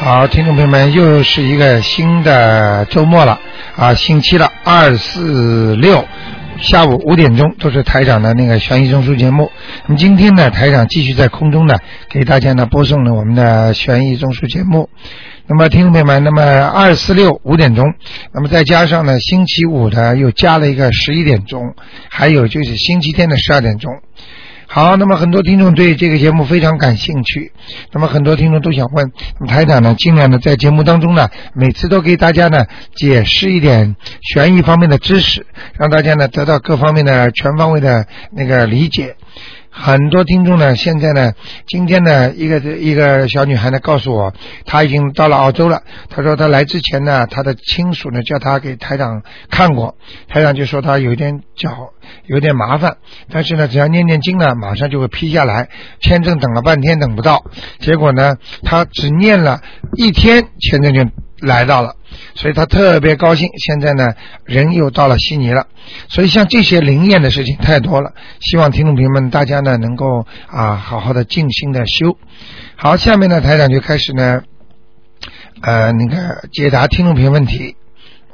好，听众朋友们，又是一个新的周末了啊，星期了，二四六下午五点钟都是台长的那个悬疑综述节目。那么今天呢，台长继续在空中呢给大家呢播送了我们的悬疑综述节目。那么听众朋友们，那么二四六五点钟，那么再加上呢星期五呢又加了一个十一点钟，还有就是星期天的十二点钟。好，那么很多听众对这个节目非常感兴趣，那么很多听众都想问，那么台长呢，尽量呢在节目当中呢，每次都给大家呢解释一点悬疑方面的知识，让大家呢得到各方面的全方位的那个理解。很多听众呢，现在呢，今天呢，一个一个小女孩呢告诉我，她已经到了澳洲了。她说她来之前呢，她的亲属呢叫她给台长看过，台长就说她有一点脚有点麻烦，但是呢，只要念念经呢，马上就会批下来。签证等了半天等不到，结果呢，她只念了一天，签证就来到了。所以他特别高兴。现在呢，人又到了悉尼了，所以像这些灵验的事情太多了。希望听众朋友们大家呢能够啊好好的静心的修。好，下面呢台长就开始呢，呃那个解答听众朋友问题。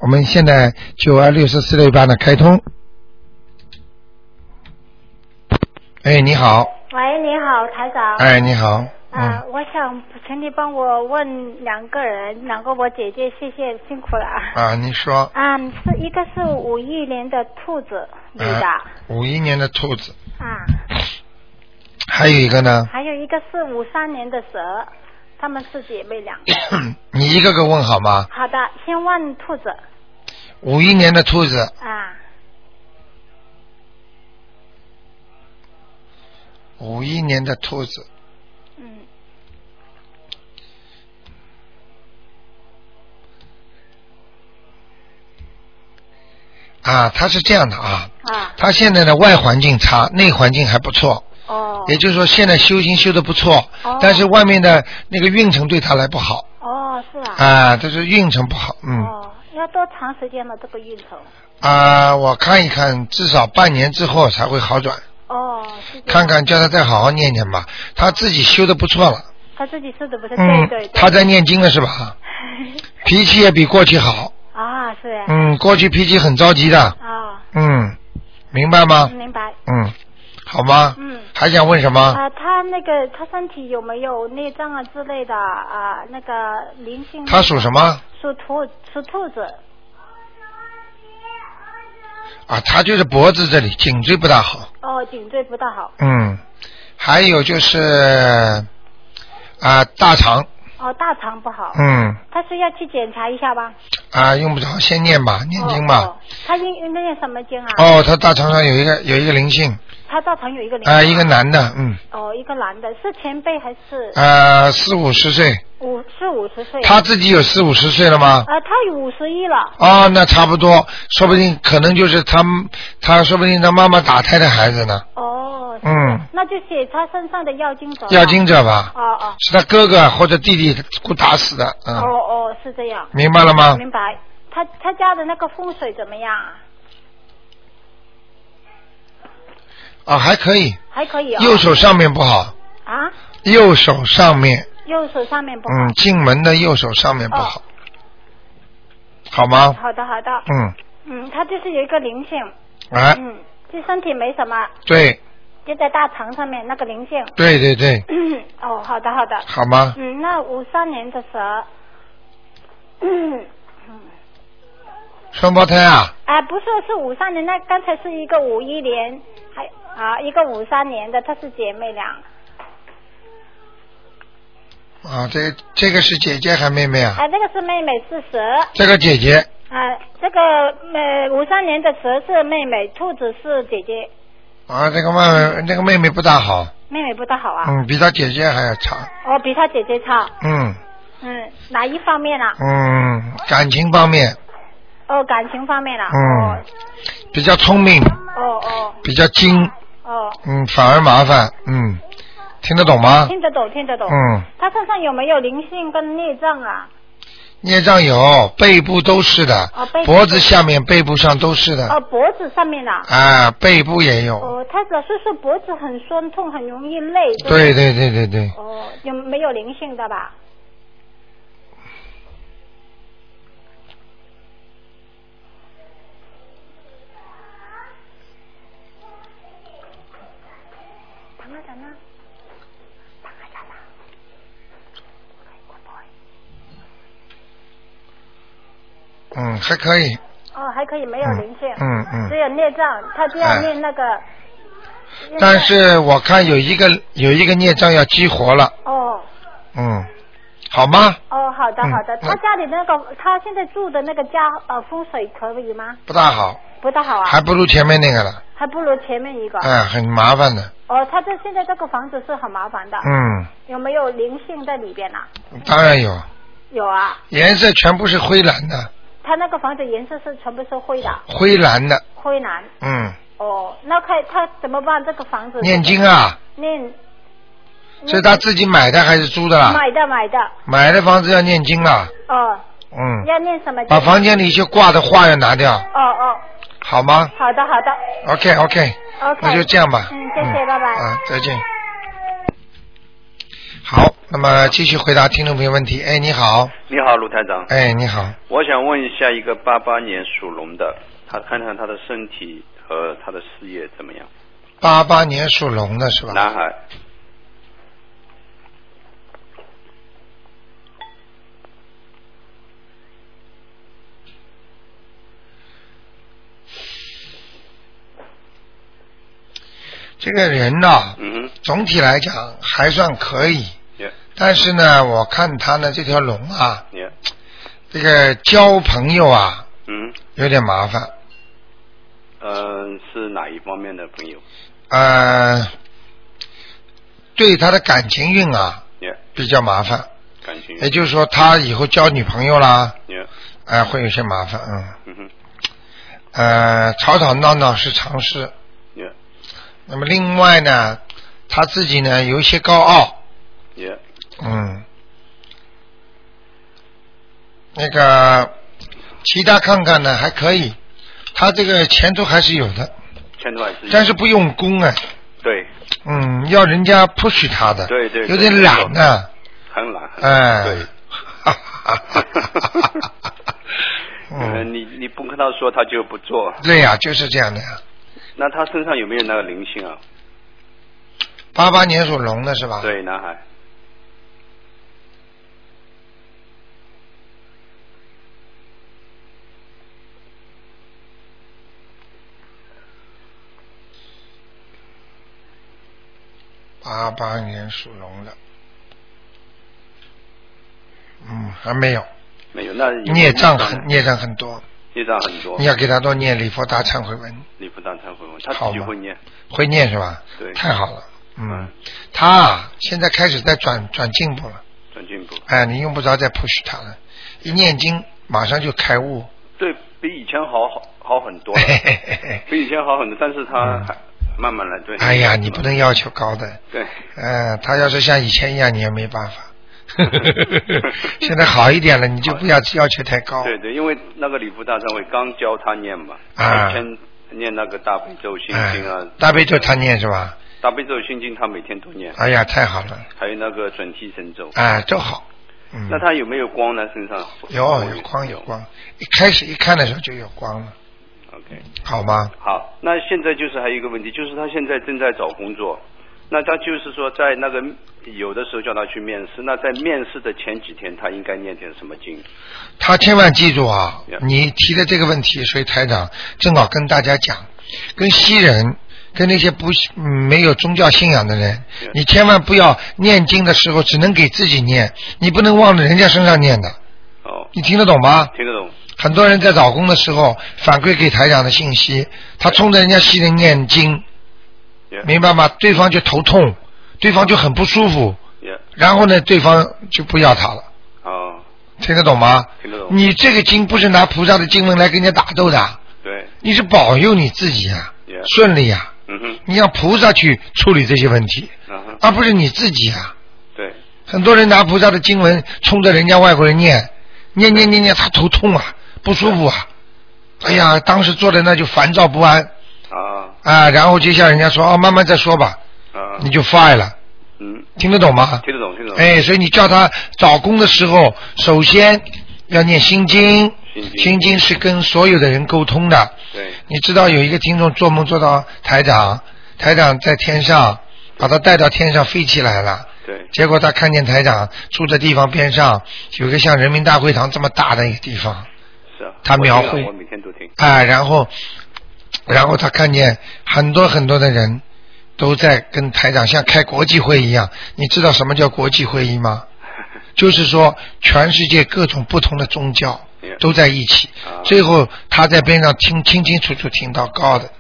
我们现在九二六四四六八呢开通。哎，你好。喂，你好，台长。哎，你好。嗯啊，我想请你帮我问两个人，两个我姐姐，谢谢辛苦了。啊，你说。嗯，是一个是五一年的兔子女的。呃啊五一年的兔子。啊。还有一个呢，还有一个是五三年的蛇，她们是姐妹俩。啊你一个个问好吗？好的，先问兔子。五一年的兔子，啊，五一年的兔子，嗯，啊，他是这样的啊，啊，他现在的外环境差，内环境还不错，哦，也就是说现在修行修的不错哦，但是外面的那个运程对他来不好哦，是啊。啊，他是运程不好，嗯哦，要多长时间了？这个运程？啊，我看一看，至少半年之后才会好转，哦，是这样看。看叫他再好好念念吧，他自己修的不错了，他自己说的不是对嗯对，对。他在念经了是 吧？脾气也比过去好，啊，是啊。嗯，过去脾气很着急的，啊，嗯，明白吗？明白。嗯，好吗？嗯还想问什么？啊，他那个他身体有没有内脏啊之类的啊？那个灵性？他属什？么？属兔，属兔子。啊，他就是脖子这里，颈椎不大好。哦，颈椎不大好。嗯，还有就是啊，大肠，哦，大肠不好。嗯，他是要去检查一下吧？啊，用不着，先念吧，啊念经哦吧哦。他应应该念什么经啊？哦，他大肠上有一个有一个灵性，他大肠有一个灵性。啊，一个男的，嗯，哦，一个男的，是前辈还是啊，四五十岁，五是五十岁？啊他自己有四五十岁了吗？呃，他五十一了。哦，那差不多，说不定可能就是他，他说不定他妈妈打胎的孩子呢，哦，是嗯，那就写他身上的药精者。要经。者吧。哦哦是他哥哥或者弟弟给打死的，嗯，哦哦，是这样。明白了吗？明白。他他家的那个风水怎么样啊？啊，还可以，还可以啊、右手上面不好，啊，右手上面，右手上面不好。嗯，进门的右手上面不好，好吗？哦好的好的，嗯，嗯，他就是有一个灵性，哎，嗯，这身体没什么，对，就在大肠上面那个灵性。 对对对，哦，好的好的，好吗？嗯，那五三年的蛇， 嗯，双胞胎啊，啊，不是是五三年，那刚才是一个五一年，还啊一个五三年的，她是姐妹俩，啊，这个这个是姐姐还妹妹啊？啊，这个是妹妹是蛇，这个姐姐，啊，这个呃五三年的蛇是妹妹，兔子是姐姐，啊，这个妹妹，这个妹妹不大好，妹妹不大好啊，嗯，比她姐姐还要差，哦，比她姐姐差，嗯嗯，哪一方面啊？嗯，感情方面，哦，感情方面啦、嗯，比较聪明，哦哦比较精，哦嗯，反而麻烦，嗯，听得懂哦，吗？听得懂听得懂，嗯，她身上有没有灵性跟孽障啊？孽障有，背部都是的，哦背部脖子下面、背部上都是的，哦，脖子上面啦、啊，背部也有，哦，她老是说脖子很酸痛，很容易累。吧对对对对对，哦，有没有灵性的吧？嗯人呢？嗯，还可以，哦，还可以，没有嗯灵性，嗯嗯只有孽障，他就哎要念那个。念但是我看有一个有一个孽障要激活了，哦嗯，好吗？哦，好的嗯好的，嗯他家里那个他现在住的那个家呃风水可以吗？不大好，不大好啊，还不如前面那个了，还不如前面一个。哎，很麻烦的，哦，他这现在这个房子是很麻烦的，嗯，有没有灵性在里边啊？当然有，有啊，颜色全部是灰蓝的，他那个房子颜色是全部是灰的，灰蓝的，灰蓝。嗯，哦，那看他怎么办？这个房子念经啊，念，这是他自己买的还是租的啦？买的买的，买的房子要念经啊，哦，嗯，要念什么经？把房间里一些挂的画要拿掉，哦哦，好吗好的好的？OK OK， ，OK。那就这样吧。嗯，谢谢，拜拜。啊，再见。好，那么继续回答听众朋友问题。哎，你好，你好，卢台长，哎，你好，我想问一下一个八八年属龙的，他看看他的身体和他的事业怎么样？八八年属龙的是吧？男孩，这个人呢、嗯总体来讲还算可以，哼，也但是呢，我看他呢这条龙啊，也，这个交朋友啊嗯，有点麻烦，嗯、是哪一方面的朋友？呃，对他的感情运啊也比较麻烦，感情，也就是说他以后交女朋友啦，也，哎、会有些麻烦，嗯。嗯哼，呃，吵吵闹闹是常事。也那么另外呢，他自己呢有一些高傲，也，嗯，那个其他看看呢还可以，他这个前途还是有的，前途还是有但是不用功啊，对，嗯，要人家 push 他的，对对对有点懒啊呢、很懒，很哎，懒 对。哈哈哈哈哈哈，呃嗯，你你不跟他说，他就不做。对呀、就是这样的呀。那他身上有没有那个灵性啊？八八年属龙的是吧？。对，男孩，八八年属龙的，嗯，还没有，没有，那有没有孽障很孽障很多，孽障很多你。要给他多念礼佛大忏悔文，你不当忏悔文，他好自己吗会念。会念是吧？对太好了，嗯嗯，他啊现在开始在转转进步了，转进步，哎，你用不着再 push 他了，一念经马上就开悟，对比以前好好好很多了嘿，嘿嘿嘿嗯比以前好很多，但是他还慢慢来，对。哎呀，你不能要求高的，对，嗯，他要是像以前一样，你也没办法。 现在好一点了，你就不要要求太高。对对，因为那个礼佛大忏悔刚教他念嘛，啊他先念那个大悲咒心哎经啊，大悲咒他念是吧？大悲咒心经他每天都念，哎呀，太好了，还有那个准提神咒。哎，都好。嗯，那他有没有光呢？身上有有光有。光，一开始一看的时候就有光了， OK，好吗？好，那现在就是还有一个问题，就是他现在正在找工作，那他就是说在那个有的时候叫他去面试，那在面试的前几天，他应该念点什么经？他千万记住啊 Yeah，你提的这个问题，所以台长正好跟大家讲，跟西人。跟那些不嗯没有宗教信仰的人 Yeah，你千万不要念经的时候只能给自己念，你不能往人家身上念的，哦，你听得懂吗？听得懂？很多人在找工的时候反馈给台长的信息，他冲着人家西人念经，也明白吗？对方就头痛，对方就很不舒服，也然后呢，对方就不要他了，哦，听得懂吗？听得懂？你这个经不是拿菩萨的经文来跟人家打斗的，啊对，你是保佑你自己啊 Yeah，顺利啊，嗯哼，你让菩萨去处理这些问题，嗯哼，而不是你自己啊。对，很多人拿菩萨的经文冲着人家外国人念，念念念念，他头痛啊，不舒服啊，哎呀，当时坐在那就烦躁不安啊啊，然后接下来人家说哦，慢慢再说吧，啊，你就 fire 了，嗯，听得懂吗？听得懂，听得懂。哎，所以你叫他找工的时候，首先要念心经，心经心经是跟所有的人沟通的。对，你知道有一个听众做梦做到台长，台长在天上，把他带到天上飞起来了。对，结果他看见台长住的地方边上有个像人民大会堂这么大的一个地方，是啊。他我描听了绘我每天都听。啊，然后，然后他看见很多很多的人都在跟台长像开国际会一样。你知道什么叫国际会议吗？就是说，全世界各种不同的宗教 Yeah 都在一起啊。最后，他在边上听清清楚楚听到高的，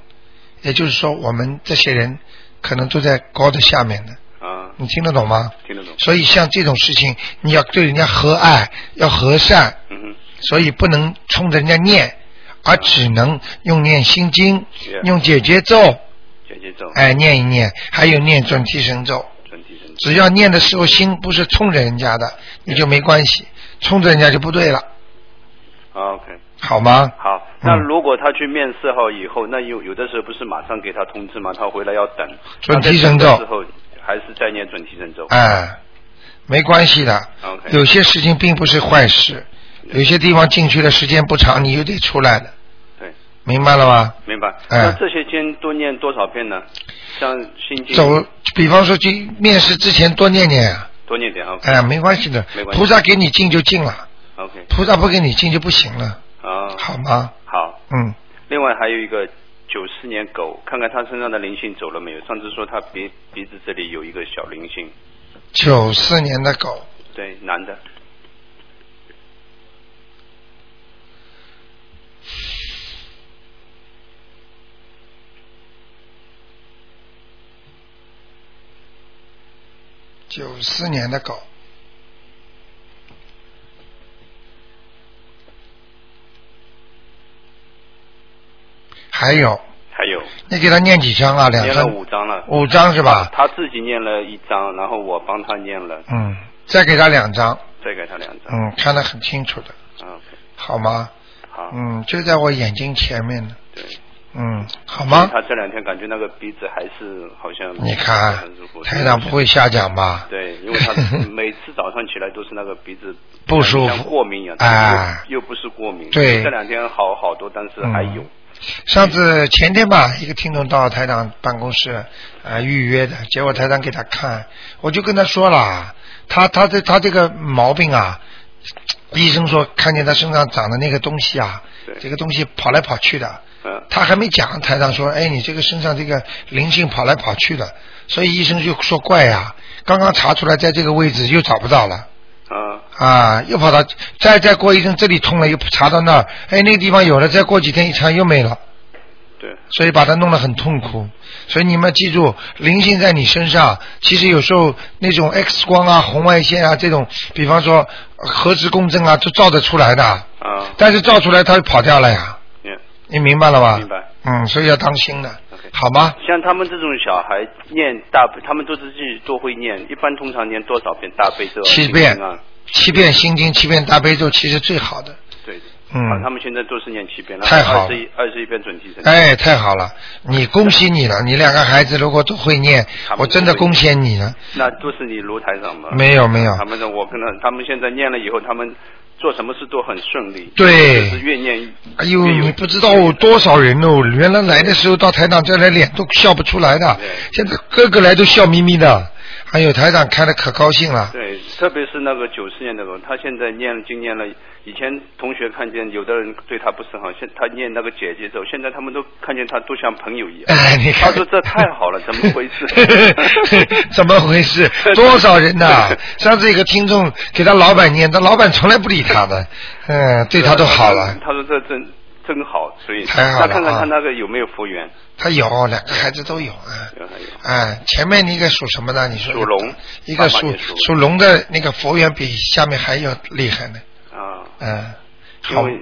也就是说，我们这些人可能都在高的下面的。啊，你听得懂吗？听得懂。所以，像这种事情，你要对人家和蔼，要和善，嗯哼。所以不能冲着人家念，而只能用念心经 Yeah，用解结咒，姐姐走，哎，念一念，还有念准提神咒。准提神只要念的时候心不是冲着人家的，你就没关系，冲着人家就不对了，啊，OK，好吗？好。那如果他去面试后以后，那有有的时候不是马上给他通知吗？他回来要等。准提他在神等咒的时候还是在念准提神咒。哎，没关系的。 OK 有些事情并不是坏事，有些地方进去的时间不长，你又得出来了，对，明白了吗？明白。哎那这些经多念多少遍呢？像心经走，比方说去面试之前多念念啊，多念点，OK 哎，没关系的没，关系嗯菩萨给你进就进了， OK 菩萨不给你进就不行了，啊，好吗？好。嗯，另外还有一个九四年狗，看看他身上的灵性走了没有？上次说他鼻鼻子这里有一个小灵性，九四年的狗，对，男的，九四年的狗，还有，还有你给他念几张啊？两念了张，五张了。五张是吧？他自己念了一张，然后我帮他念了，嗯，再给他两张，再给他两张。嗯，看得很清楚的，啊 OK，好吗？好，嗯，就在我眼睛前面呢，对。嗯，好因为吗？他这两天感觉那个鼻子还是好像。你看很舒服，台长不。会瞎讲吧？对，因 为他每次早上起来都是那个鼻子不舒服像过敏一样，哎又又不是过敏。对这两天好好多，但是还有。嗯上次前天吧，一个听众到台长办公室呃预约的，结果台长给他看，我就跟他说了，他他这他这个毛病啊，医生说看见他身上长的那个东西啊对，这个东西跑来跑去的，嗯，他还没讲，台长说，哎，你这个身上这个灵性跑来跑去的，所以医生就说怪呀、刚刚查出来在这个位置又找不到了。啊，啊，又跑到再再过一阵，这里痛了，又查到那儿，哎，那个地方有了，再过几天一查又没了。对，所以把它弄得很痛苦。所以你们记住，灵性在你身上，其实有时候那种 X 光啊、红外线啊这种，比方说呃核磁共振啊，都照得出来的。啊，但是照出来它就跑掉了呀，嗯你明白了吧？明白。嗯，所以要当心的 OK 好吗？像他们这种小孩念大悲，他们都是自己都会念，一般通常念多少遍大悲咒啊？七遍心经啊，七遍心经，七遍大悲咒，其实最好的。对，嗯啊，他们现在都是念七遍，太好了二十一二十一遍准提神，，哎，太好了，你恭喜你了，你两个孩子如果都会念他，们我真的恭喜你了。那都是你卢台长吗？没有没有他们的我跟他他们现在念了以后，他们做什么事都很顺利，对就是越念，哎呦，越有你不知道有多少人哦！原来来的时候到台长这来脸都笑不出来的对，现在个个来都笑眯眯的。哎呦，台长看的可高兴了。对，特别是那个九四年的人，他现在念经念了，以前同学看见有的人对他不是很好，现他念那个姐姐咒，现在他们都看见他都像朋友一样。哎，你 看，？他说这太好了，怎么回事怎么回事？多少人呐、上次有个听众给他老板念，他老板从来不理他的，嗯， 对他都好了。他说这真真好，所以太好了那看看啊他那个有没有佛缘。他有两个孩子都有啊。有还有哎，前面那个属什么呢？你说属龙一个爸属爸也属属龙的那个佛缘比下面还要厉害呢。啊，嗯，因好，为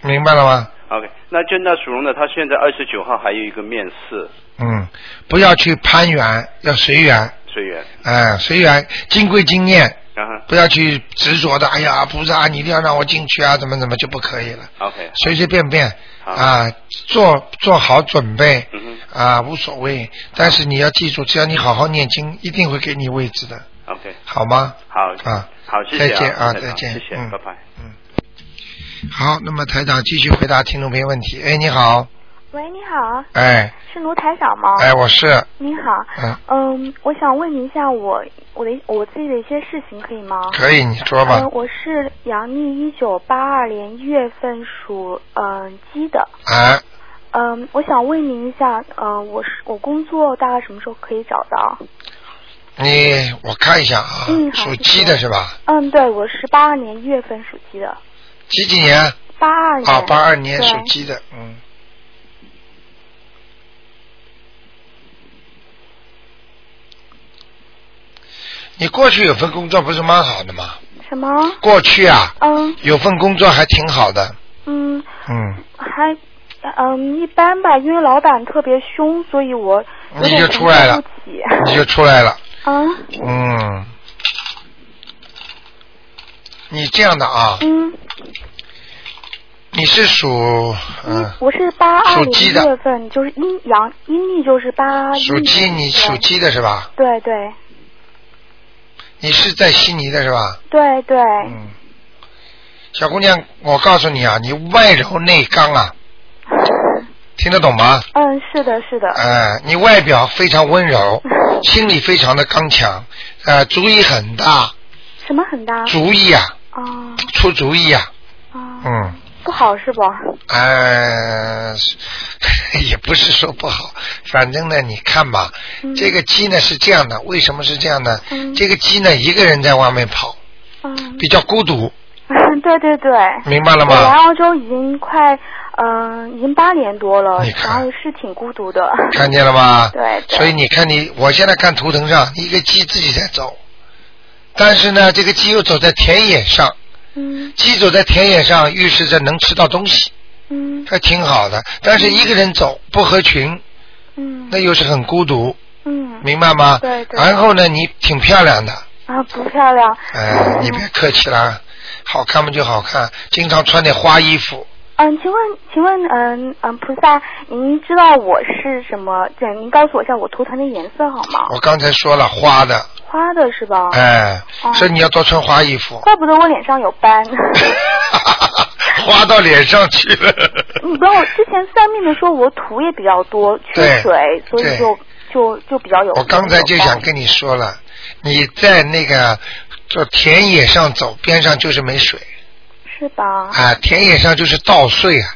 明白了吗？ OK，那就那属龙的，他现在二十九号还有一个面试，嗯，不要去攀缘，要随缘，随缘。哎、随缘，经归经念，然后不要去执着的。哎呀，菩萨，你一定要让我进去啊，怎么怎么就不可以了。 OK，随随便便好啊，做做好准备嗯啊，无所谓。但是你要记住，只要你好好念经，一定会给你位置的，哼，OK，好吗？好啊，好，谢再谢见啊，台再长见，谢谢，嗯拜拜。好，那么台长继续回答听众朋友问题。哎，你好，喂，你好，哎是卢台长吗？哎，我是您好，嗯嗯，我想问您一下我我的我自己的一些事情，可以吗？可以，你说吧呃，。我是阳历一九八二年一月份属嗯、鸡的，哎，嗯、我想问您一下，嗯、我是我工作大概什么时候可以找到？你我看一下啊嗯，好属鸡的是吧？嗯，对，我是八二年一月份属鸡的，几几年？八二年啊，八二年对属鸡的，嗯。你过去有份工作不是蛮好的吗？什么？过去啊，嗯有份工作还挺好的，嗯，嗯，还嗯一般吧，因为老板特别凶，所以我有嗯你点就承出来受了不起。你就出来了， 嗯嗯。你这样的啊，嗯，你是属嗯一我是八二属鸡年的一月份，就是阴阳阴历就是八属鸡，你属鸡的是吧？对对你是在悉尼的是吧？对对，嗯，小姑娘，我告诉你啊，你外柔内刚啊，听得懂吗？嗯，是的是的，呃，你外表非常温柔，心里非常的刚强，呃，主意很大，什么很大主意啊，啊出主意啊，啊，嗯，不好是不？呃， 也不是说不好，反正呢，你看吧，嗯这个鸡呢是这样的，为什么是这样呢？嗯这个鸡呢一个人在外面跑，嗯，比较孤独， 对对对。明白了我来吗？澳洲已经快，嗯、已经八年多了你，看然后是挺孤独的。看见了吗？对对。所以你看你，我现在看图腾上，一个鸡自己在走，但是呢，这个鸡又走在田野上，嗯鸡走在田野上，预示着能吃到东西，嗯还挺好的。但是一个人走不合群，嗯那又是很孤独，嗯明白吗？对对然后呢，你挺漂亮的，啊，不漂亮。哎，你别客气啦，好看嘛就好看，经常穿点花衣服。嗯，请问，请问，嗯嗯，菩萨，您知道我是什么？对，您告诉我一下我图腾的颜色好吗？我刚才说了花的，花的是吧？哎，哦所以你要多穿花衣服，怪不得我脸上有斑。 花到脸上去了。你知道我之前算命的说我土也比较多，缺对水，所对以就就就比较有。我刚才就有想斑跟你说了，你在那个这田野上走，边上就是没水是吧？啊，田野上就是稻穗啊，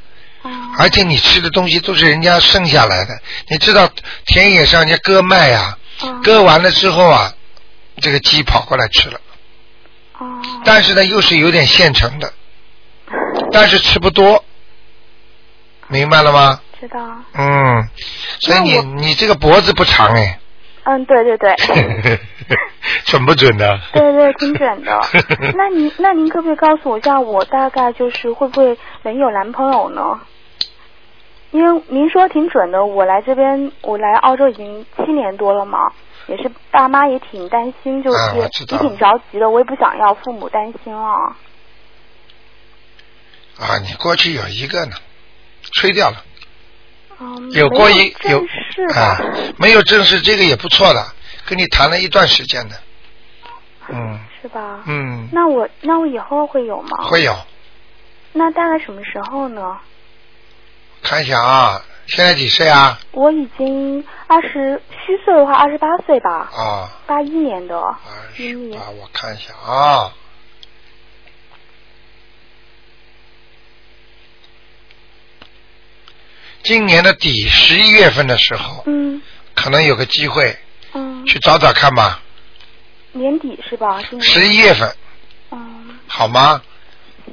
啊而且你吃的东西都是人家剩下来的。你知道田野上人家割麦啊，啊割完了之后啊，这个鸡跑过来吃了，啊！但是呢又是有点现成的，但是吃不多，明白了吗？知道。嗯，所以那你我你这个脖子不长哎。嗯，对对 对。 准不准呢、对对，挺准的。 那您那您可不可以告诉我一下，我大概就是会不会能有男朋友呢？因为您说挺准的，我来这边，我来澳洲已经七年多了嘛，也是爸妈也挺担心，就是、啊我知道也挺着急的，我也不想要父母担心了。 啊，你过去有一个呢，吹掉了，嗯，过没一有正式吧？啊，没有正式，这个也不错的，跟你谈了一段时间的，嗯是吧？嗯，那我那我以后会有吗？。会有，那大概什么时候呢？看一下啊，现在几岁啊？我已经二十虚岁的话，二十八岁吧，啊，八一年的。二十嗯八，我看一下啊。今年的底十一月份的时候，嗯可能有个机会嗯，去找找看吧。年底是吧？今年十一月份嗯，好吗？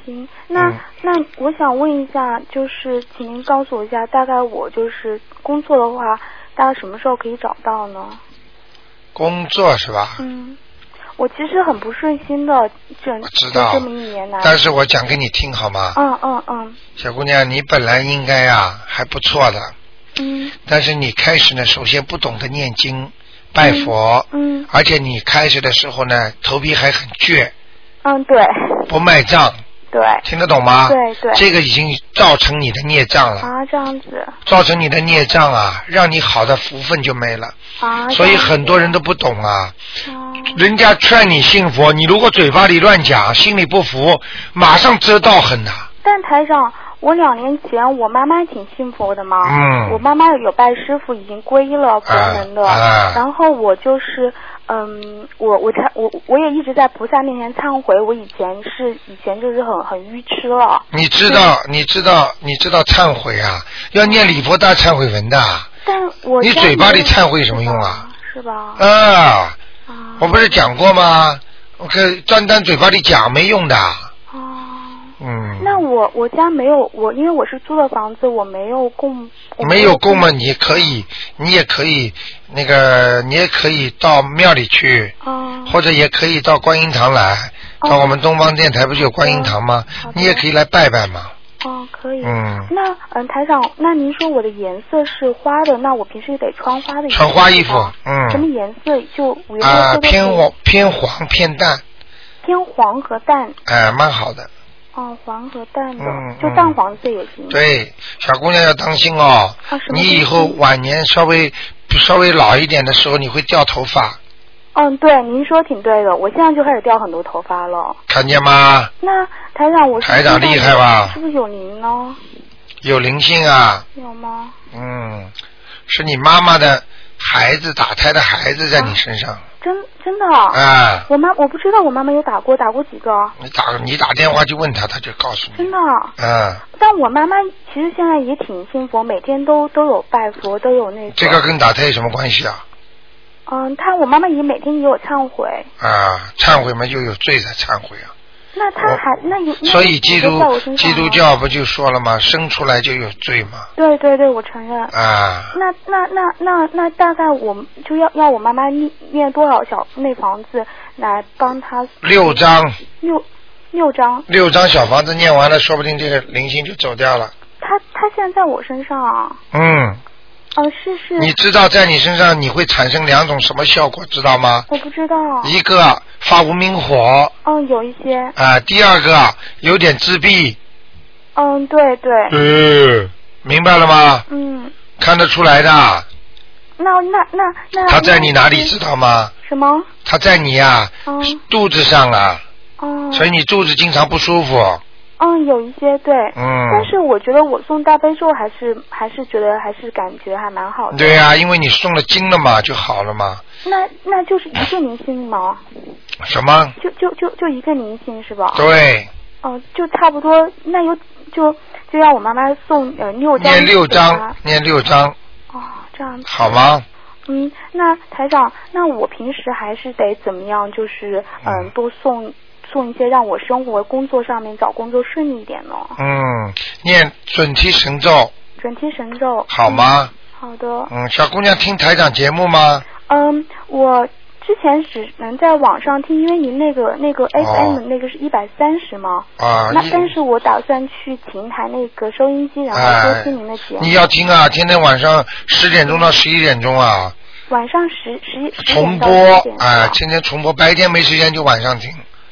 行。那、嗯那我想问一下，就是请您告诉我一下，大概我就是工作的话，大概什么时候可以找到呢？工作是吧？嗯，我其实很不顺心的，整我知道这么一年来。但是我讲给你听啊好吗？嗯嗯嗯小姑娘，你本来应该啊还不错的，嗯但是你开始呢，首先不懂得念经、拜佛，嗯而且你开始的时候呢，头皮还很倔，嗯，对不卖账，对听得懂吗？对对这个已经造成你的孽障了，啊，这样子造成你的孽障啊，让你好的福分就没了。啊，所以这样很多人都不懂啊。子啊人家劝你信佛，你如果嘴巴里乱讲，心里不服，马上遮道很呐、但台长，我两年前我妈妈挺信佛的嘛，嗯我妈妈有拜师傅，已经皈依了佛门的。啊啊然后我就是，嗯，我我忏我我也一直在菩萨面前忏悔，我以前是以前就是很很愚痴了，你知道，你知道，你知道忏悔啊，要念礼佛大忏悔文的但我你家嘴巴里里忏悔有什么用啊？是吧？啊！啊我不是讲过吗？我可单单嘴巴里讲没用的，啊。嗯。那我我家没有我，因为我是租的房子，我没有供。我没有供嘛，你也可以，你也可以，那个你也可以到庙里去，啊或者也可以到观音堂来。哦到我们东方电台不是有观音堂吗好？的你也可以来拜拜嘛。哦，可以。嗯，那嗯，台长，那您说我的颜色是花的，那我平时也得穿花的衣服。啊穿花衣服，嗯。哦什么颜色？就五颜六啊、色都偏可以黄偏黄偏淡，偏黄和淡，哎、蛮好的。哦，黄和淡的，嗯就淡黄色也行。对，小姑娘要当心哦，啊什么你以东后西晚年稍微稍微老一点的时候，你会掉头发，嗯，对，您说挺对的，我现在就开始掉很多头发了。看见吗？那台长，我是啊台长知道厉害吧是不是有您呢？有灵性啊，有吗？嗯，是你妈妈的孩子打胎的孩子在你身上真真的？啊我妈我不知道，我妈妈有打过，打过几个？你打你打电话去问他，他就告诉真你。的。啊，但我妈妈其实现在也挺信佛，每天都都有拜佛，都有那这个跟打胎有什么关系啊？嗯，她我妈妈也每天也有忏悔。啊，忏悔嘛，就有罪才忏悔啊。那她我还那有那所以基你说在我督身上基督吗教不就说了吗？生出来就有罪嘛。对对对，我承认。啊，那那那那那大概我们就要要我妈妈念念多少小那房子来帮她六张六六张？六张小房子念完了，说不定这个灵性就走掉了。她她现在在我身上啊，嗯，呃是是，你知道在你身上你会产生两种什么效果，知道吗？我不知道，一个发无名火嗯有一些，啊、第二个有点自闭。嗯对对，嗯，明白了吗？嗯，看得出来的。那那那那他在那你哪里知道吗？什么？他在你呀、嗯肚子上啊，嗯所以你肚子经常不舒服。嗯有一些对，嗯。但是我觉得我送大悲咒还是还是觉得还是感觉还蛮好的。对呀、因为你送了经了嘛，就好了嘛。那那就是一个您信吗？什么？就就就就一个您信是吧？对，哦，就差不多，那有就就让我妈妈送呃六张。念六章，。念六章，哦，这样子。好吗？嗯，那台长，那我平时还是得怎么样？就是嗯、嗯多送送一些，让我生活工作上面找工作顺利一点呢。嗯，念准提神咒，准提神咒。好吗？好的。嗯，小姑娘听台长节目吗？嗯，我之前只能在网上听，因为您那个那哦个 FM 那个是一百三十吗？啊，那一但是我打算去琴台那个收音机，然后哎收听您的节，目。你要听啊，天天晚上十点钟到十一点钟啊，晚上十十十重点播到十点啊，是吧天天重播，白天没时间就晚上听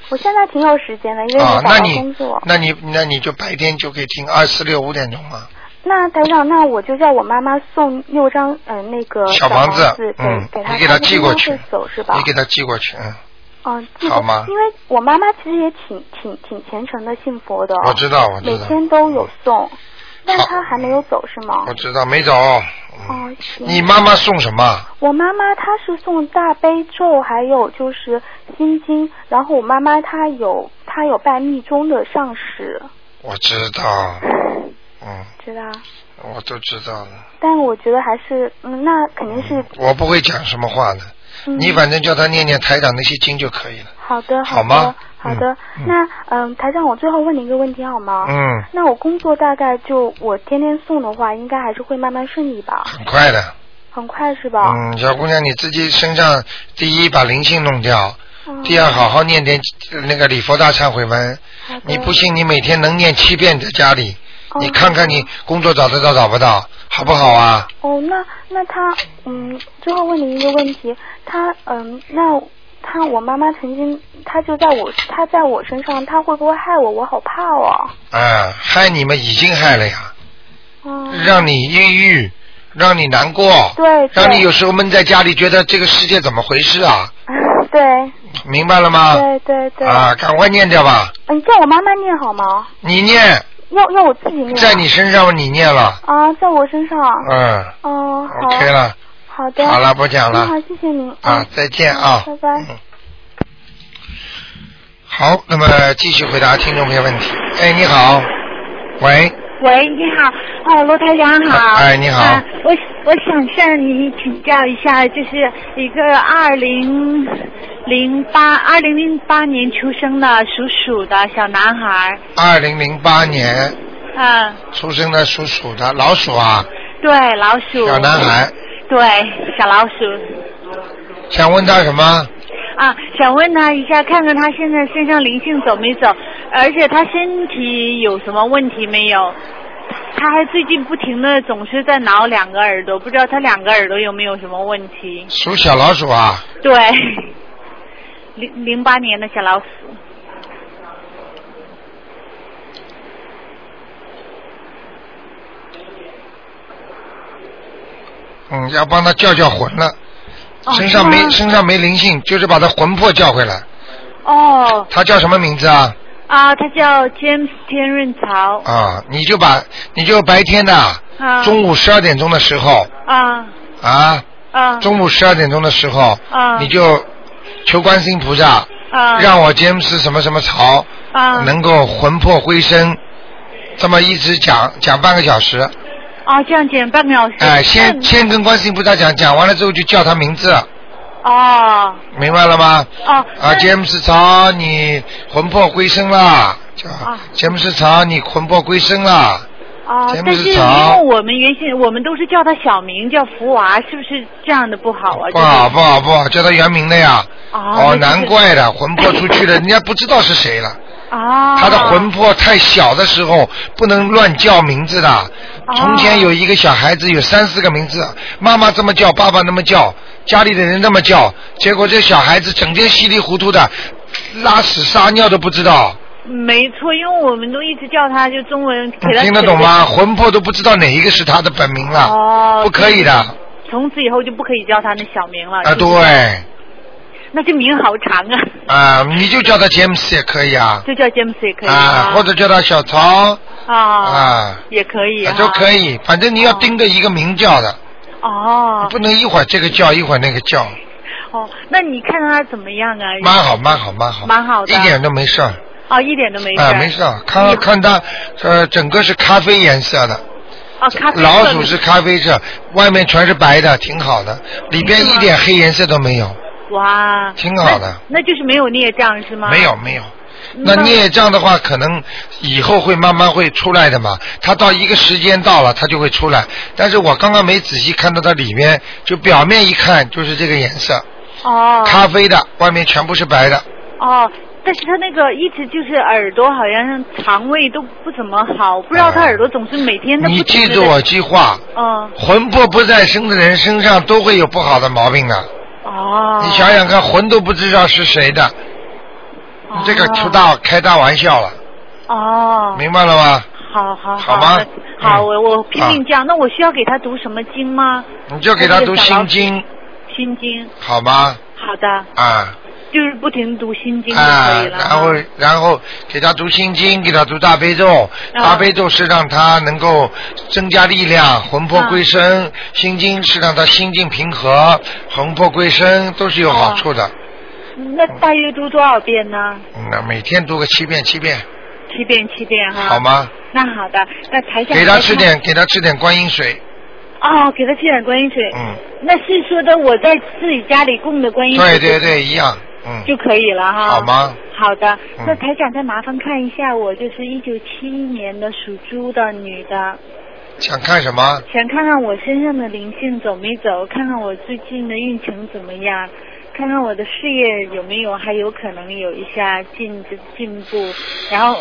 我现在挺有时间的，因为啊我。那找到你工作。那你那你就白天就可以听二四六五点钟啊。那台长，那我就叫我妈妈送六张嗯、呃那个小房房子，嗯给给，她你给她她寄应过该去会走是吧？你给她寄过去，嗯，嗯，记得好吗因为我妈妈其实也挺挺挺虔诚的信佛的，我知道，我知每道，嗯天都有送，但好她还没有走是吗我？知道，没走。嗯哦，行。你妈妈送什么？我妈妈她是送大悲咒，还有就是心经，然后我妈妈她有她有拜密宗的上师，我知道，嗯，知道？我都知道了，但我觉得还是，嗯，那肯定是，我不会讲什么话的。嗯，你反正叫他念念台长那些经就可以了。好的，好的，吗好的。嗯嗯那嗯，台长，我最后问你一个问题好吗？嗯，那我工作大概就我天天送的话，应该还是会慢慢顺利吧？很快的。很快是吧？嗯，小姑娘，你自己身上第一把灵性弄掉，嗯第二好好念点呃那个礼佛大忏悔文。好的你不信，你每天能念七遍在家里，哦你看看你工作找得到找不到，好不好啊？哦，那那他嗯，最后问您一个问题，他嗯，那他我妈妈曾经，他就在我他在我身上，他会不会害我？我好怕哦。 啊，害你们已经害了呀，嗯，让你抑郁，让你难过，对对让你有时候闷在家里，觉得这个世界怎么回事啊？对明白了吗？对对对。啊，赶快念掉吧，嗯，叫我妈妈念好吗？你念，要要我自己念啊。在你身上你念了，啊，在我身上。嗯哦，好。 ，OK 了，好的。好了不讲了嗯好，谢谢您。啊嗯，再见啊。拜拜。好，那么继续回答听众朋友问题。哎，你好，喂，喂，你好，哦，罗台长好。哎你好啊、我我想向你请教一下，就是一个二零零八二零零八年出生的属鼠的小男孩，二零零八年嗯，出生的属鼠的老鼠啊，对，老鼠。小男。孩，对，小老鼠。想问他什么？啊，想问他一下，看看他现在身上灵性走没走，而且他身体有什么问题没有？他还最近不停的总是在挠两个耳朵，不知道他两个耳朵有没有什么问题？属小老鼠啊，对，零零八年的小老鼠，嗯，要帮他叫叫魂了，哦身上是没吗身上没灵性，就是把他魂魄叫回来。哦他叫什么名字啊？啊，他叫 James 天润曹啊，你就把你就白天的、啊中午十二点钟的时候啊啊，啊中午十二点钟的时候，啊你就求观世音菩萨，啊让我詹姆斯什么什么曹、啊能够魂魄归身，这么一直讲讲半个小时，啊这样减半个小时，哎、先嗯先跟观世音菩萨讲，讲完了之后就叫他名字，哦明白了吗？哦啊，那詹姆斯曹，你魂魄归身啦！叫啊詹姆斯曹，你魂魄归身啦！哦詹，姆但斯是因曹为我们原先我们都是叫他小名叫福娃，是不是这样的不好啊？不好不好不好，叫他原名的呀。哦哦，那就是难怪的，魂魄出去了，人家不知道是谁了。啊，他的魂魄太小的时候，不能乱叫名字哦的。从前有一个小孩子有三四个名字，妈妈这么叫，爸爸那么叫，家里的人那么叫，结果这小孩子整天稀里糊涂的，拉屎撒尿都不知道。没错，因为我们都一直叫他就中文给你他啊听得起懂了吗？魂魄都不知道哪一个是他的本名了，哦不可以的就是从此以后就不可以叫他那小名了啊！是不是对那这名好长 啊，啊，你就叫他 James 也可以啊，就叫 James 也可以啊，或者叫他小曹啊啊也可以啊啊，都可以，反正你要哦盯着一个名叫的，哦不能一会儿这个叫一会儿那个叫，哦，那你看他怎么样啊？蛮好蛮好蛮好，蛮好的一点都没事儿哦，一点都没事啊儿，没事儿，看看他呃整个是咖啡颜色的，哦，咖啡色老鼠是咖啡色，外面全是白的，挺好的，里边一点黑颜色都没有，啊哇，挺好的那，那就是没有孽障是吗？没有没有。那嗯那孽障的话，可能以后会慢慢会出来的嘛。它到一个时间到了，它就会出来。但是我刚刚没仔细看到它里面，就表面一看就是这个颜色，哦咖啡的，外面全部是白的。哦。但是他那个一直就是耳朵好像肠胃都不怎么好，不知道他嗯耳朵总是每天都你不停记地住我一句话，嗯魂魄不在身的人身上都会有不好的毛病的。哦，你想想看，魂都不知道是谁的，哦这个出大开大玩笑了，哦，明白了吗？好好好吗的好，嗯我我拼命这样。那我需要给他读什么经吗？你就给他读那这个小心老鼠经，心经。好吗？好的，啊。就是不停读心经就啊可以，了。然后然后给他读心经，给他读大悲咒，哦大悲咒是让他能够增加力量，魂魄归身；嗯心经是让他心境平和，魂魄归身都是有啊好处的。那大约读多少遍呢？嗯那每天读个七遍七遍，七遍，七遍哈。好？吗？那好的，那台下给他吃点给他吃点观音水，哦，给他吃点观音水。嗯，那是说的我在自己家里供的观音对水。对对，一样，嗯，嗯就可以了哈。好吗？好的，嗯那台长再麻烦看一下我，就是一九七一年的属猪的女的，想看什么？想看看我身上的灵性走没走，看看我最近的运程怎么样，看看我的事业有没有还有可能有一下进进步，然后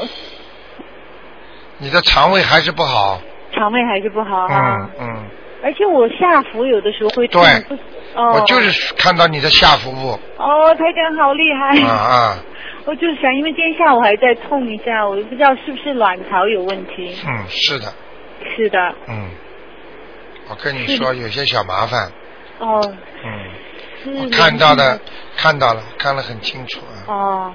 你的肠胃还是不好，肠胃还是不好嗯啊，嗯，而且我下腹有的时候会痛对，不哦，我就是看到你的下腹部，哦，台长好厉害，啊啊，我就是想，因为今天下午还在痛一下，我不知道是不是卵巢有问题，嗯，是的。是的，嗯，我跟你说，有些小麻烦，哦，嗯，我看到的，看到了，看得很清楚啊。哦，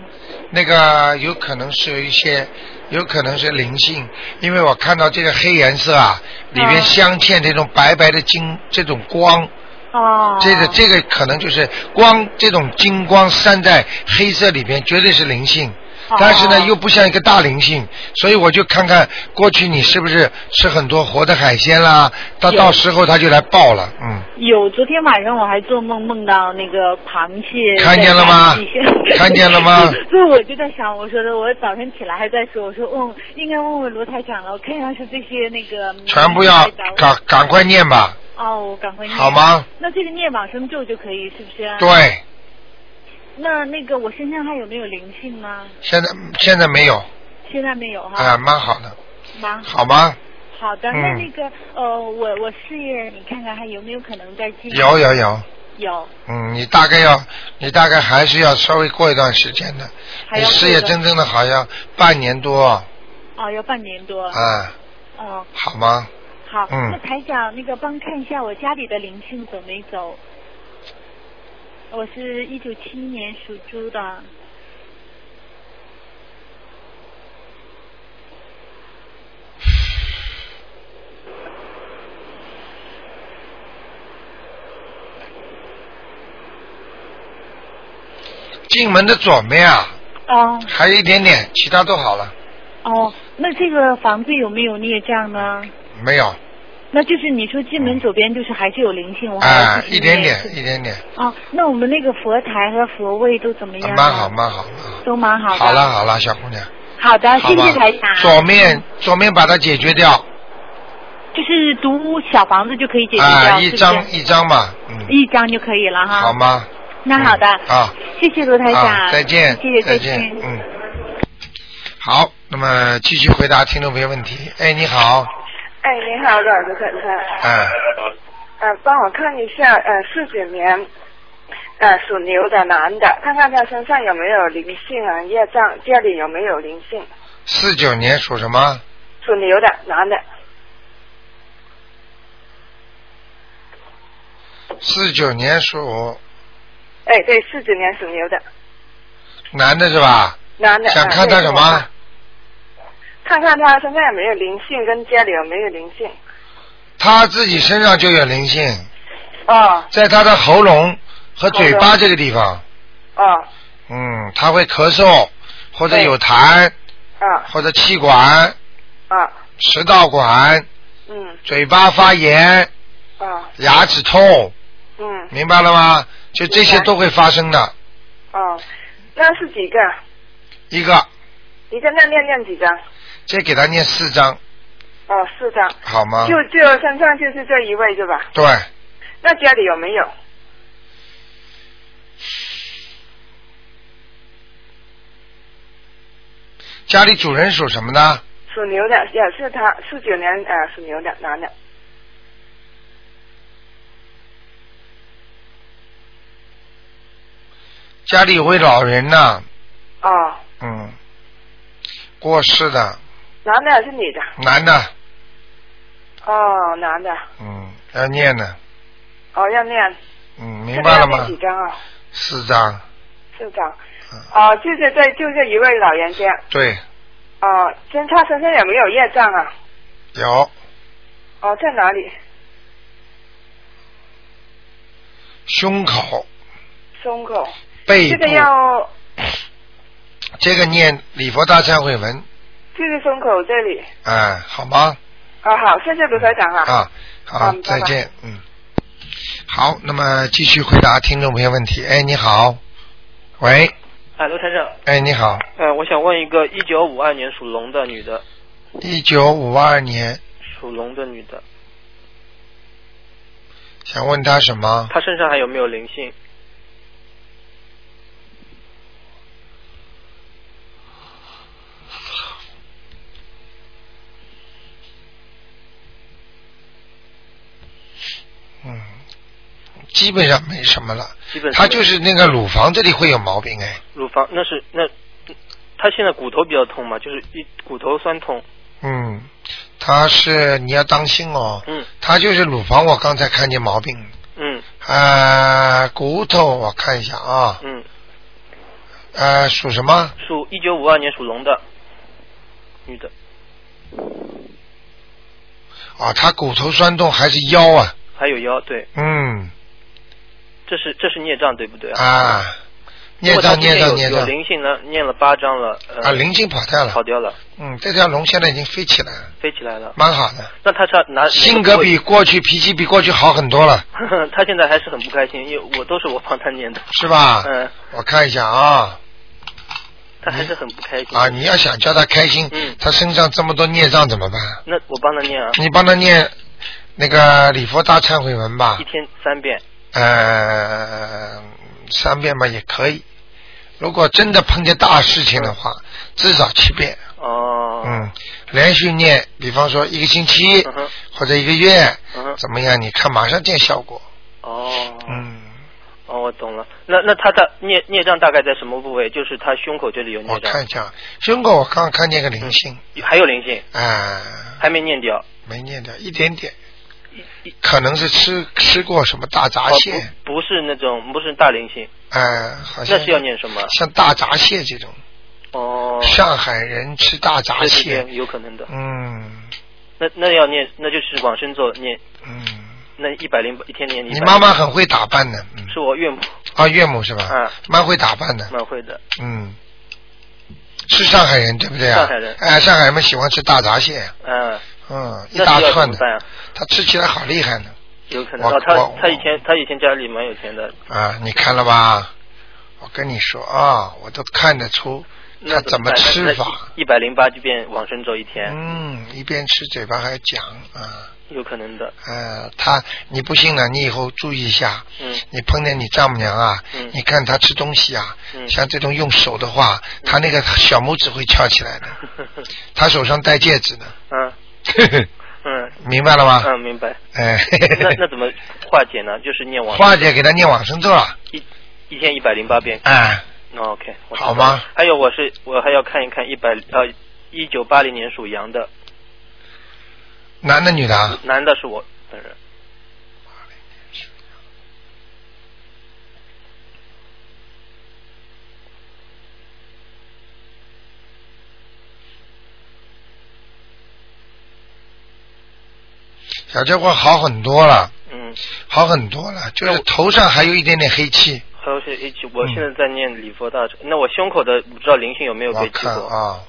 那个有可能是有一些，有可能是灵性，因为我看到这个黑颜色啊，里边嗯镶嵌这种白白的金，这种光，哦，这个这个可能就是光，这种金光散在黑色里边，绝对是灵性。哦但是呢，又不像一个大灵性，所以我就看看过去你是不是吃很多活的海鲜啦，到有到时候它就来爆了，嗯。有，昨天晚上我还做梦，梦到那个螃蟹在看见了吗燃起先看见了吗 所以我就在想，我说的，我早晨起来还在说，我说问、应该问问罗台长了，我看上去这些那个嗯全部要赶赶快念吧，哦，我赶快念好？吗？那这个念往生咒就可以，是不是？。对，那那个我身上还有没有灵性呢？现在现在没有现在没有哈。啊，蛮好的，妈，好吗？好的，那嗯那个呃，我我事业，你看看还有没有可能再进？有有有，有，嗯，你大概要，你大概还是要稍微过一段时间的，还你要事过业个真正的好像半年多哦，要半年多。啊，哦，好吗？好，嗯那台长，那个帮看一下我家里的灵性走没走？我是一九七一年属猪的，进门的左面啊，哦还有一点点，其他都好了，哦，那这个房子有没有孽障呢？没有那就是你说进门左边就是还是有灵性，我还要啊，继续一点念点一点点，哦，那我们那个佛台和佛位都怎么样？蛮好，蛮好，蛮好都蛮好的。好了，好了，小姑娘，好的，好谢吧谢台长。，左面左面把它解决掉，就是读小房子就可以解决掉，啊，是一不是张一张嘛，嗯，一张就可以了哈。好？吗？那好的，嗯啊，谢谢罗台长，啊，再见，谢谢再再见，嗯。好，那么继续回答听众朋友问题。哎，你好，哎，你好，老师先生，嗯，呃，帮我看一下，呃，四九年，呃，属牛的男的，看看他身上有没有灵性啊，业障，家里有没有灵性？四九年属什么？属牛的男的，四九年属哎，对，四九年属牛的男的是吧？男的。想呃看他什？对么？看看他身上有没有灵性，跟家里有没有灵性？他自己身上就有灵性，哦在他的喉咙和嘴巴喉咙这个地方，哦嗯，他会咳嗽，或者对有痰，啊或者气管、啊，食道管、嗯嘴巴发炎、啊牙齿痛，嗯明白了吗？就这些明白都会发生的。哦，那是几个？一个，你跟他念念几张？再给他念四张，哦，四张。好吗？就就身上就是这一位是吧？对，那家里有没有？家里主人属什么呢？属牛的，也是他，四九年呃属牛的男的，家里有位老人呢，哦，嗯，过世的，男的还是女的？男的，哦，男的，嗯，要念的，哦，要念，嗯，明白了这个要吗念？几张啊？四张，四张。嗯，哦，就是这就这一位老人家，对，哦，身他身上有没有业障啊？有哦，在哪里？胸口、胸口。背这部个，要，这个念礼佛大忏悔文，就是胸口这里。哎，好吗？哦，好，谢谢卢台长啊。啊，好，嗯再拜拜见，嗯。好，那么继续回答听众朋友问题。哎，你好，喂，哎，罗台长，哎，你好，呃，我想问一个一九五二年属龙的女的，一九五二年，属龙的女的，想问他什么？她身上还有没有灵性？嗯，基本上没什么了。基本上他就是那个乳房这里会有毛病哎，乳房，那是那，她现在骨头比较痛嘛，就是一骨头酸痛。嗯，他是你要当心哦，嗯他就是乳房我刚才看见毛病嗯，呃，骨头我看一下啊，嗯，呃，属什么？属一九五二年属龙的，女的，啊，他骨头酸痛还是腰啊？还有腰，对，嗯，这是这是孽障对不对？啊，孽障孽障孽有有障，灵性呢，念了八章了。呃、啊，灵性跑掉跑了，掉了，嗯，这条龙现在已经飞起来了，飞起来了。蛮好的，那他是拿性格比过去脾气比过去好很多了， 他现在还是很不开心，因为我都是我帮他念的，是吧？嗯，我看一下啊，他还是很不开心。啊，你要想叫他开心，嗯他身上这么多孽障怎么办？那我帮他念啊，你帮他念那个礼佛大忏悔文吧一，天三遍。呃，三遍嘛也可以。如果真的碰见大事情的话，嗯至少七遍，哦，嗯，连续念，比方说一个星期嗯哼，或者一个月，嗯哼，怎么样？你看马上见效果，哦，嗯，哦，我懂了。那那他的孽孽障大概在什么部位？就是他胸口这里有孽我障，看一下，胸口我刚刚看见个灵性，还有灵性，啊，还没念掉。没念掉一点点，可能是吃吃过什么大闸哦蟹，不不是那种不是大灵性，啊，好像那是要念什么？像大闸蟹这种，哦，上海人吃大闸对对蟹，对，有可能的。嗯那那要念，那就是往生咒念，嗯。那一百零一天念一你百。妈妈很会打扮的，嗯，是我岳母，啊，岳母是吧？嗯，蛮会打扮的，蛮会的。嗯，是上海人对不对啊？上海人哎，上海人们喜欢吃大闸蟹，嗯，嗯，一那大是要怎串么的，办啊？他吃起来好厉害呢，有可能。我哦，他我他以前他以前家里蛮有钱的，啊，你看了吧？我跟你说啊，我都看得出那他怎么吃法，一百零八就变往生咒一天，嗯，一边吃嘴巴还讲啊。有可能的。呃，他你不信了，你以后注意一下。嗯你碰见你丈母娘啊，嗯你看她吃东西啊，嗯像这种用手的话，她那个小拇指会翘起来 的。她手上戴戒指呢，嗯嗯明白了吗？嗯，明白。哎，那那怎么化解呢？就是念往生花姐给她念往生咒了，一天一百零八遍。哎，哦 OK，我知道好吗？还有我是我还要看一看一百呃一九八零年属羊的男的女的啊？男的是我本人，小家伙好很多了，嗯，好很多了，就那是我头上还有一点点黑气。还有是一起，我嗯现在在念礼佛大忏，那我胸口的不知道灵性有没有我被激看活？啊，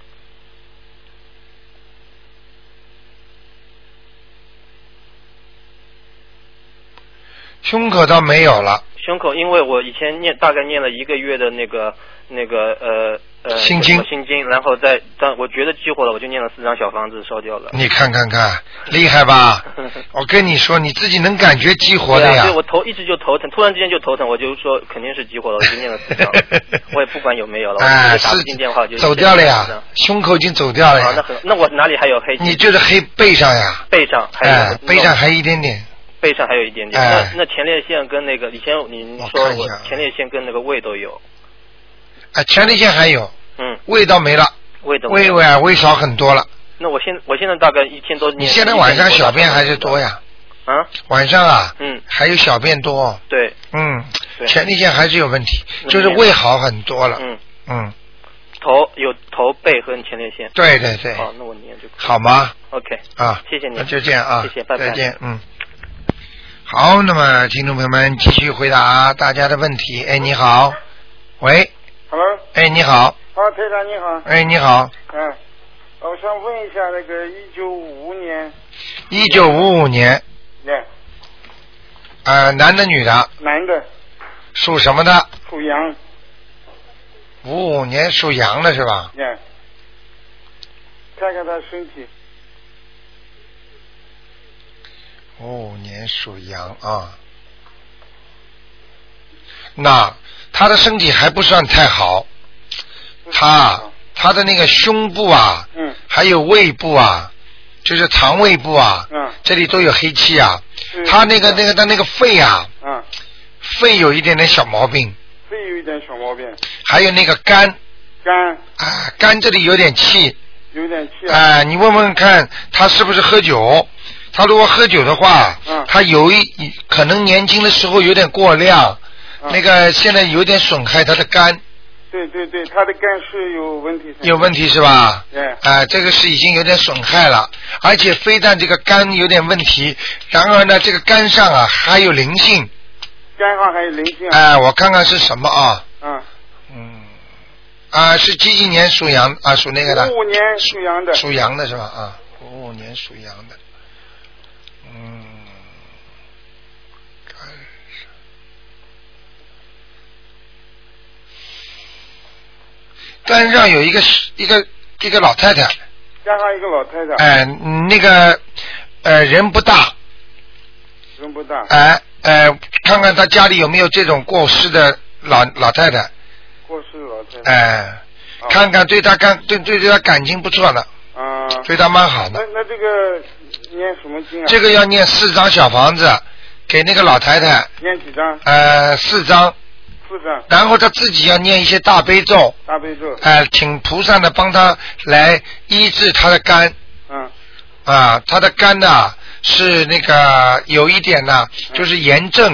胸口倒没有了，胸口，因为我以前念大概念了一个月的那个那个呃呃心经什么心经，然后再但我觉得激活了，我就念了四张小房子烧掉了。你看看看，厉害 吧？我跟你说，你自己能感觉激活的对啊呀所以。我头一直就头疼，突然之间就头疼，我就说肯定是激活了，我就念了 四张，我也不管有没有了，我哎，就打是不进电话就走掉了呀四张，胸口已经走掉了啊，那呀。很，那我哪里还有黑？你就是黑背上呀，背上还有、哎，背上那还一点点，背上还有一点点。哎那那前列腺跟那个以前您说我看一我下啊前列腺跟那个胃都有，啊，前列腺还有，嗯，胃倒没了，胃都有胃胃啊胃少很多了。那我现我现在大概一天都念。你现在晚上小便还是多？呀？啊，晚上啊，嗯，还有小便多，对，嗯，对前列腺还是有问题，那就是面胃好很多了，嗯，嗯，头有头背和前列腺。对对对，哦，那我念就可以。好吗？ ，OK，啊，谢谢你那就这样啊，谢谢拜拜再见，嗯。好，那么听众朋友们继续回答大家的问题。哎，你好，喂， Hello，哎，你好，啊，台长你好，哎，你好，嗯，我想问一下那个一九五五年，一九五五年，对，呃，男的女的，男的，属什么的？属羊，五五年属羊的是吧？对，看看他身体，五五哦年属羊啊。那他的身体还不算太好，他他的那个胸部啊，嗯还有胃部啊，就是肠胃部啊，嗯这里都有黑气啊。是他那个那个他那个肺啊，嗯，肺有一点点小毛病，肺有一点小毛病，还有那个肝肝啊，肝这里有点气啊有点气啊、，你问问看他是不是喝酒？他如果喝酒的话，嗯他有一可能年轻的时候有点过量，嗯那个现在有点损害他的肝，对对对，他的肝是有问题的。有问题是吧？对，啊、这个是已经有点损害了，而且非但这个肝有点问题，然而呢，这个肝上啊还有灵性，肝上还有灵性。啊哎、我看看是什么啊？嗯，啊、是几几年属羊啊？属那个的？五五年属羊的。属羊的是吧？啊，五五年属羊的，嗯，看一下肝上有一个一个一个老太太，加上一个老太太。哎、嗯那个呃人不大，人不大。哎、呃，看看他家里有没有这种过世的老老太太，过世老太太。哎、哦看看对他感对对对他感情不错的，啊。对他蛮好的。那那这个念什么经啊？这个要念四张小房子给那个老太太，念几张？呃，四张，四张。然后他自己要念一些大悲咒，大悲咒。呃，请菩萨呢帮他来医治他的肝嗯啊，他的肝呐是那个有一点呐，嗯就是炎症，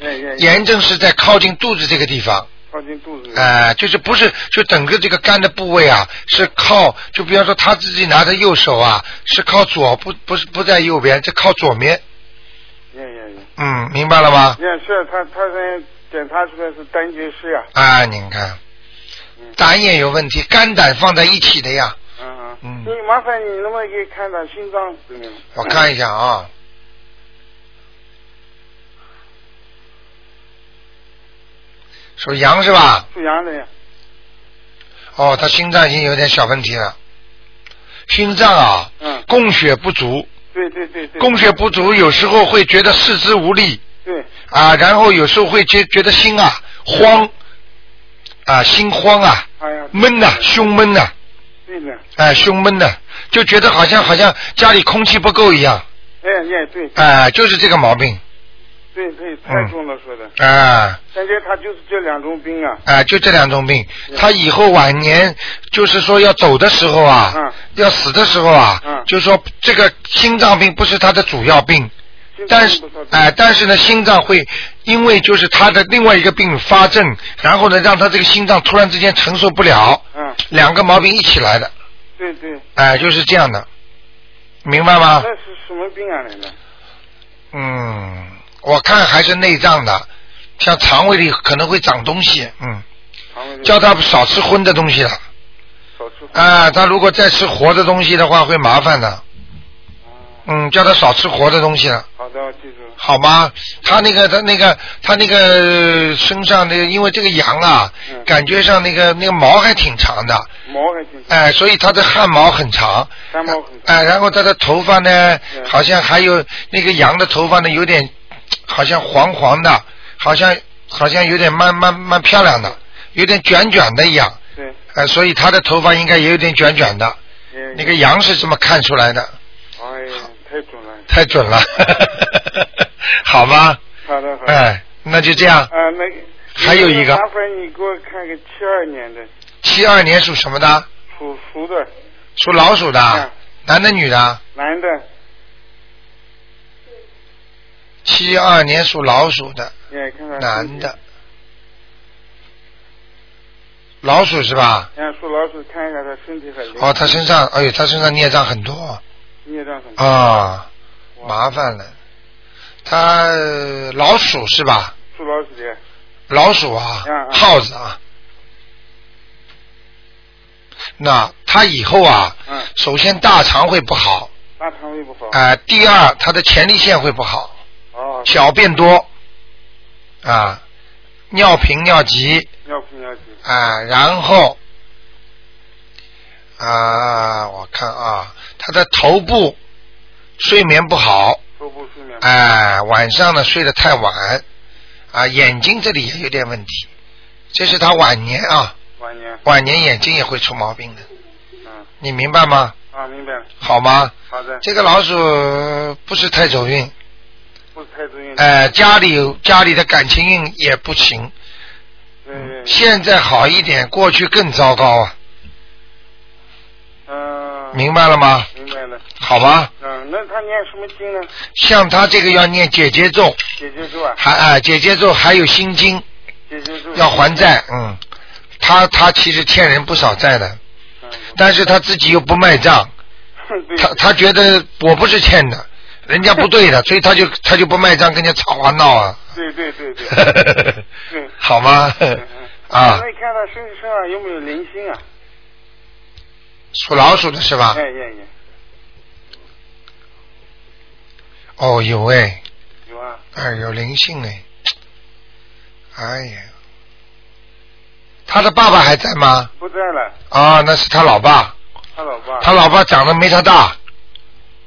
哎哎。炎症是在靠近肚子这个地方。靠近肚子。呃，就是不是就整个这个肝的部位啊，是靠就比方说他自己拿着右手啊，是靠左不不是不在右边，是靠左面，哎哎哎。嗯，明白了吗？也是，他他是检查出来是胆结石呀。啊，您看，胆也有问题，肝胆放在一起的呀。嗯嗯嗯。所以麻烦你能不能给看看心脏怎么样？我看一下啊。属羊是吧？属羊的呀。哦，他心脏已经有点小问题了。心脏啊，嗯。供血不足，对对对对。供血不足，有时候会觉得四肢无力对，啊，然后有时候会觉觉得心啊慌啊，心慌啊，哎呀，闷呐、胸闷呐、对的，哎，胸闷的，就觉得好像好像家里空气不够一样，哎哎对，哎、就是这个毛病，对对，嗯太重了说的，哎、感觉他就是这两种病啊，哎、就这两种病，他以后晚年就是说要走的时候啊，嗯要死的时候啊，嗯就说这个心脏病不是他的主要病，心脏但是不错哎、但是呢，心脏会因为就是他的另外一个病发症，然后呢，让他这个心脏突然之间承受不了，嗯，两个毛病一起来的，对对，哎、就是这样的，明白吗？那是什么病啊来的？嗯，我看还是内脏的，像肠胃里可能会长东西。嗯，肠胃叫他少吃荤的东西了。少吃荤啊，他如果再吃活的东西的话，会麻烦的。嗯，叫他少吃活的东西了，好的，我记住了，好吗？他那个，他那个，他那个身上那个，因为这个羊啊，嗯感觉上那个那个毛还挺长的，毛还挺，哎、所以他的汗毛很长，三毛很，哎、然后他的头发呢，嗯好像还有那个羊的头发呢，有点好像黄黄的，好像好像有点蛮蛮蛮漂亮的，有点卷卷的一样，对，哎、所以他的头发应该也有点卷卷的。也那个，羊是这么看出来的，哎呀，太重了，太准了， 好吗？好的好的，哎，那就这样。啊那个，还有一个麻烦你给我看个七二年的七二年属什么的？属鼠的属老鼠的嗯，男的女的？男的，七二年属老鼠的，也看看男的，。老鼠是吧？嗯，属老鼠，看一下他身体很灵，哦，他身上，哎呦，他身上孽障很多孽障很大，啊，哇麻烦了。他呃老鼠是吧？属老鼠的。老鼠啊嗯，嗯耗子啊。那他以后啊，嗯首先大肠会不好，大肠胃不好。啊、第二他的前列腺会不好，哦，小便多，啊，尿频尿急，尿不尿急？啊，然后啊，我看啊，他的头部睡眠不好，头部睡眠。哎、晚上呢睡得太晚，啊，眼睛这里也有点问题，这是他晚年啊，晚年。晚年眼睛也会出毛病的，嗯。你明白吗？啊，明白了。好吗？好的。这个老鼠呃不是太走运，不太注意。哎、家里有家里的感情运也不行，对嗯对。对现在好一点，过去更糟糕啊，嗯。明白了吗？明明白了。好吗？嗯，那他念什么经呢？像他这个要念姐姐咒，姐姐咒啊，还啊姐姐咒还有心经姐姐咒要还债，嗯，他他其实欠人不少债的，但是他自己又不卖 账，他他觉得我不是欠的，人家不对 的，所以他就他就不卖账，跟人家吵啊闹啊，对对对对。嗯是好吗？ 嗯啊，那你看他身身上有没有灵性啊？属老鼠的是吧哎？哎哎，哦，有哎，有啊。哎，有灵性哎，哎呀，他的爸爸还在吗？不在了，啊，那是他老爸，他老爸。他老爸长得没他大，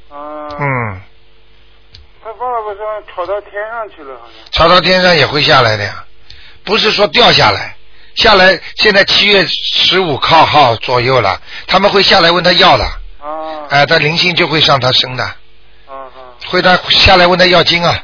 啊，嗯，他爸爸说吵到天上去了，好像。朝到天上也会下来的呀，不是说掉下来，下来现在七月十五号号左右了，他们会下来问他要的，啊哎，他灵性就会上他身的，啊啊会他下来问他要经啊，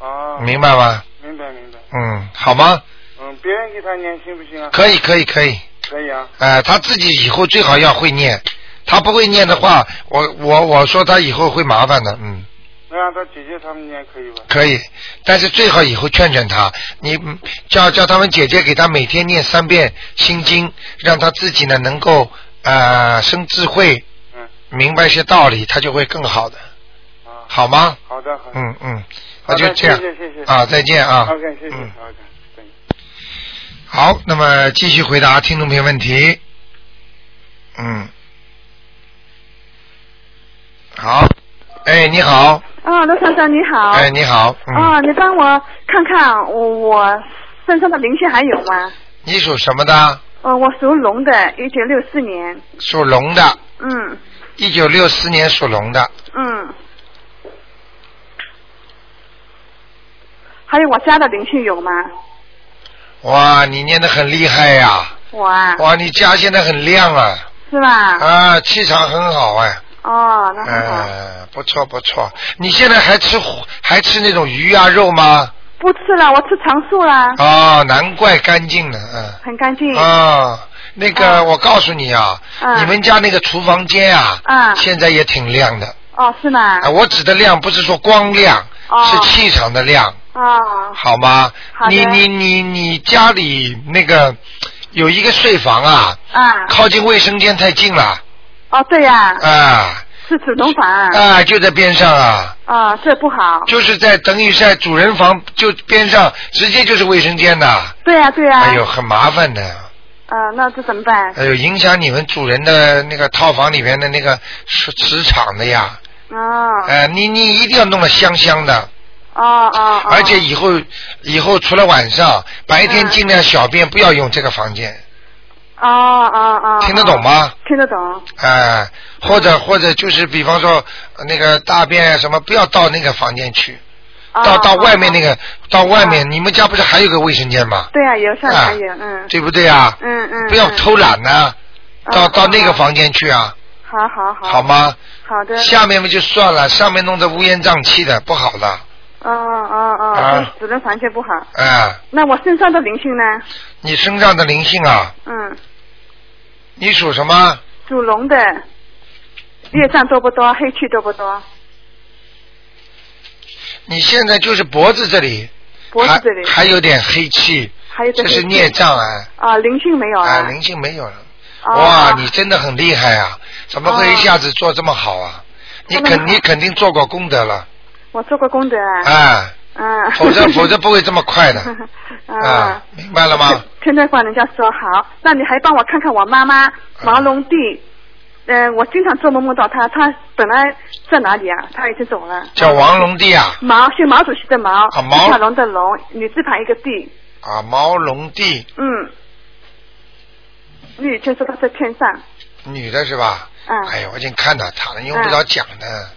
啊！明白吗？明白明白。嗯，好吗？嗯，别人给他念行不行啊？可以，可以，可以。可以啊。哎、他自己以后最好要会念，他不会念的话，我我我说他以后会麻烦的，嗯，那让他姐姐他们念可以吧？可以，但是最好以后劝劝他，你嗯叫叫他们姐姐给他每天念三遍心经，让他自己呢能够呃生智慧，嗯，明白一些道理，他就会更好的，好吗？好的好的。嗯嗯，那好的就这样谢谢谢谢啊，再见啊， OK，谢谢嗯 OK。好，那么继续回答听众朋友问题。嗯，好，哎，你好，啊，罗先生你好。哎，你好，嗯，啊，你帮我看看我我身上的灵性还有吗？你属什么的？呃，我属龙的，一九六四年。属龙的，嗯一九六四年属龙的，嗯。还有我家的灵性有吗？哇，你念的很厉害呀、我啊，哇，你家现在很亮啊，是吧？啊，气场很好哎、哦，那嗯、很好。不错不错，你现在还吃还吃那种鱼啊肉吗？不吃了，我吃长素啦，啊，难怪干净呢，嗯、很干净。啊，那个我告诉你啊，嗯你们家那个厨房间啊，嗯现在也挺亮的。哦，是吗？啊，我指的亮不是说光亮，哦是气场的亮，哦，好吗？好的你你你你家里那个有一个睡房啊，啊，靠近卫生间太近了哦，对呀、啊是主动房啊，啊，就在边上啊，啊，这不好。就是在等于是在主人房就边上，直接就是卫生间的。对呀、对呀、哎呦，很麻烦的。呃，那这怎么办？哎呦，影响你们主人的那个套房里面的那个磁磁场的呀。哦，哎、你你一定要弄得香香的，哦哦哦，而且以后以后除了晚上，白啊天尽量小便不要用这个房间，哦哦哦，听得懂吗？听得懂，哦哎、或者或者就是比方说呃那个大便什么，不要到那个房间去，哦到到外面那。哦个到外面，你们家不是还有个卫生间吗？对啊，有上啊还有，嗯，对不对啊？嗯嗯，不要嗯，偷懒呐、嗯到到那个嗯房间去啊，好好好，好？吗？好的，下面嘛就算了，上面弄得乌烟瘴气的，不好的，哦哦哦啊，主人房间不好。哎、那我身上的灵性呢？你身上的灵性啊，嗯，你属什么？属龙的，业障多不多？黑气多不多？你现在就是脖子这里，脖子这里还还有点黑气，还有一个这黑是气孽障啊，啊，灵性没有啊，啊？灵性没有了。哦哇，你真的很厉害啊！怎么会哦一下子做这么好啊？你这么肯好你肯定做过功德了，我做过功德啊，啊，嗯，否 则否则不会这么快的啊啊，，明白了 吗？天天管人家说好，那你还帮我看看我妈啊妈王龙娣，嗯、我经常做梦梦到她，她本来在哪里啊？她已经走了。叫王龙帝啊，毛是毛主席的毛，啊毛一条龙的龙，女字旁一个地，啊，毛龙帝，嗯。你以前说她在天上，女的是吧？嗯，哎呀，我已经看到她了，用不着讲啊的，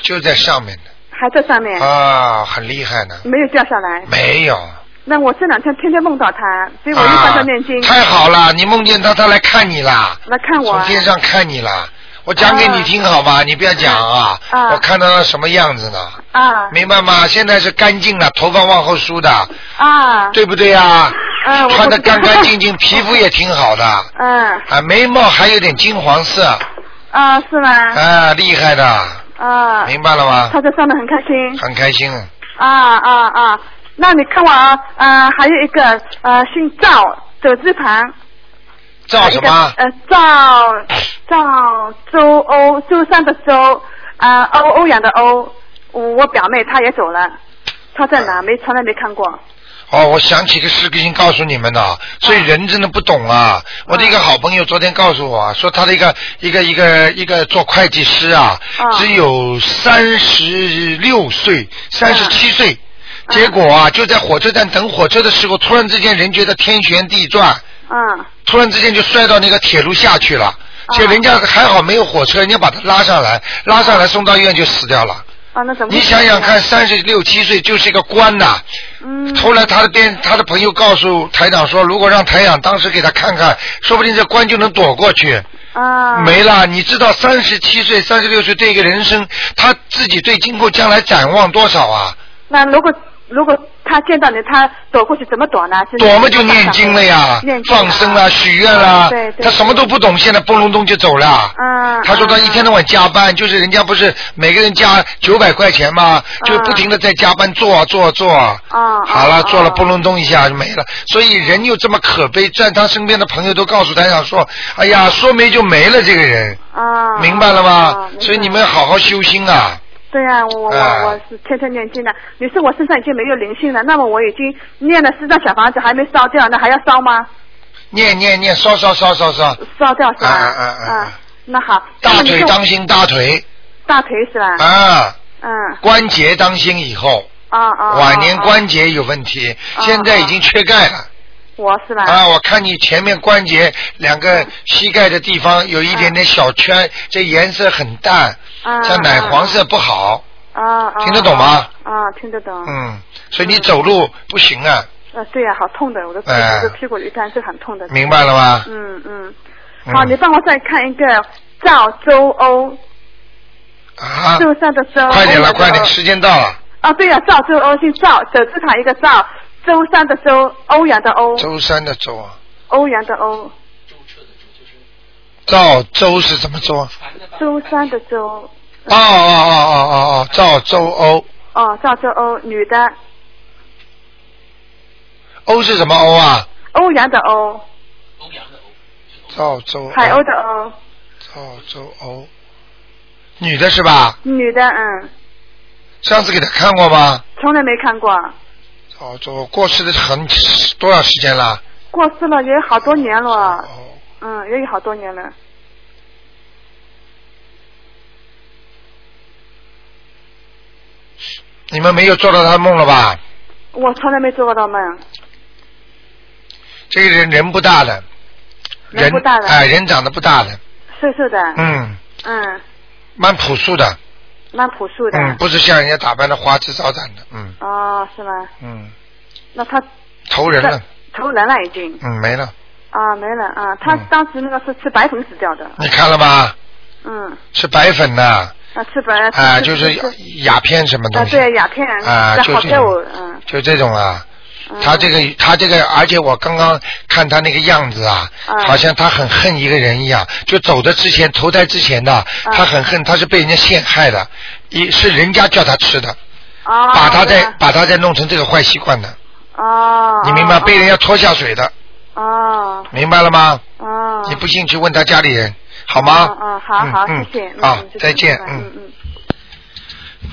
就在上面呢，还在上面，啊，很厉害呢，没有掉下来。没有。那我这两天天天梦到她，所以我一啊般在念经，太好了，你梦见他，他来看你啦，来看我从啊。天上看你啦。我讲给你听好吧，你不要讲啊。啊我看到他什么样子呢？啊明白吗？现在是干净了，头发往后梳的，啊，对不对呀、啊？嗯我不穿的知道干 干净净，皮肤也挺好的，啊嗯啊，眉毛还有点金黄色，啊，是吗？啊，厉害的，啊，明白了吗他在上面很开心。很开心啊。啊啊啊！那你看我啊，呃，还有一个呃，姓赵，走字旁。赵什么？呃，赵赵周欧，周三的周，啊、欧欧阳的欧。我我表妹她也走了，她在哪？没从来没看过。哦，我想起个事情告诉你们的，所以人真的不懂啊。我的一个好朋友昨天告诉我啊，说他的一个一个一个一个做会计师啊，只有三十六岁、三十七岁，结果啊就在火车站等火车的时候，突然之间人觉得天旋地转，嗯突然之间就摔到那个铁路下去了。且人家还好没有火车，人家把他拉上来，拉上来送到医院就死掉了。啊，那怎么？你想想看，三十六七岁就是一个官呐、嗯。后来他的边他的朋友告诉台长说，如果让台长当时给他看看，说不定这官就能躲过去。啊。嗯没了，你知道三十七岁、三十六岁对一个人生，他自己对今后将来展望多少啊？那如果如果他见到你，他躲过去怎么躲呢？是躲嘛就念经了呀念，经啊嗯放生啦、许愿啦对，对他什么都不懂，现在嘣隆咚就走了。嗯。他说他一天到晚加班，就是人家不是每个人加九百块钱嘛，嗯就不停的在加班做啊做啊做啊。啊好了，做了嘣隆咚一下就没了，所以人又这么可悲，在他身边的朋友都告诉他想说，哎呀，说没就没了这个人，啊。明白了啊吗？所以你们好好修心啊，对呀、我我啊我我是天天念经的。你说我身上已经没有灵性了，那么我已经念了四张小房子还没烧掉，那还要烧吗？念念念，烧烧烧烧烧，烧掉是吧？啊啊啊啊那好，大那你腿跟我当心大腿大腿是吧？啊，嗯关节当心以后。啊啊。晚年啊关节有问题，啊现在已经缺钙了我是吧？啊！我看你前面关节两个膝盖的地方有一点点小圈，这颜色很淡，啊像奶黄色不好，啊啊。听得懂吗？啊，听得懂。嗯，所以你走路不行啊，呃，对呀、好痛的，我的屁股、哎我的屁股一旦是很痛的。明白了吗嗯嗯，嗯好，你帮我再看一个赵周欧，啊！周三的周。快点了，欧阳的快点，欧时间到了。啊，对呀、赵周欧姓赵，走字旁一个赵，周三的周，欧阳的欧，周三的周啊，欧阳的欧，赵周是什么周啊？周三的周，哦哦哦哦哦哦，赵周欧，哦，赵周欧，女的，欧是什么欧啊？欧阳的欧，赵周海鸥的鸥，赵周欧，女的是吧？女的，嗯，上次给他看过吗？从来没看过，哦，走过世的很多少时间了？过世了也有好多年了，嗯，也有好多年了，你们没有做到他的梦了吧？我从来没做过到梦，这个人人不大的，人不大的哎，人长得不大的，瘦瘦的，嗯，嗯，蛮朴素的，蛮朴素的，嗯，不是像人家打扮的花枝招展的，嗯哦，是吗？嗯，那他投人了在，投人了已经嗯，没了，啊，没了啊，他嗯当时那个是吃白粉死掉的，你看了吧？嗯，是白粉呐，啊，吃白啊，就是啊，鸦片什么东西，对，鸦片啊在就好这在种我，嗯，就这种啊。他这个，他这个，而且我刚刚看他那个样子啊，嗯好像他很恨一个人一样。就走的之前，投胎之前的，嗯他很恨，他是被人家陷害的，也是人家叫他吃的，啊，把他再对把他再弄成这个坏习惯的，啊，你明白？被人家拖下水的，啊明白了吗？啊，你不信去问他家里人，好吗？嗯，好好，嗯谢谢，好嗯，再见，嗯嗯。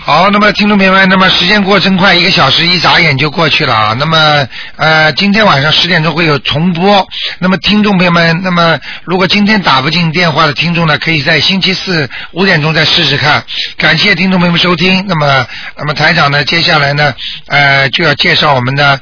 好，那么听众朋友们，那么时间过真快，一个小时一眨眼就过去了啊。那么呃，今天晚上十点钟会有重播。那么听众朋友们，那么如果今天打不进电话的听众呢，可以在星期四五点钟再试试看。感谢听众朋友们收听。那么那么台长呢，接下来呢，呃，就要介绍我们的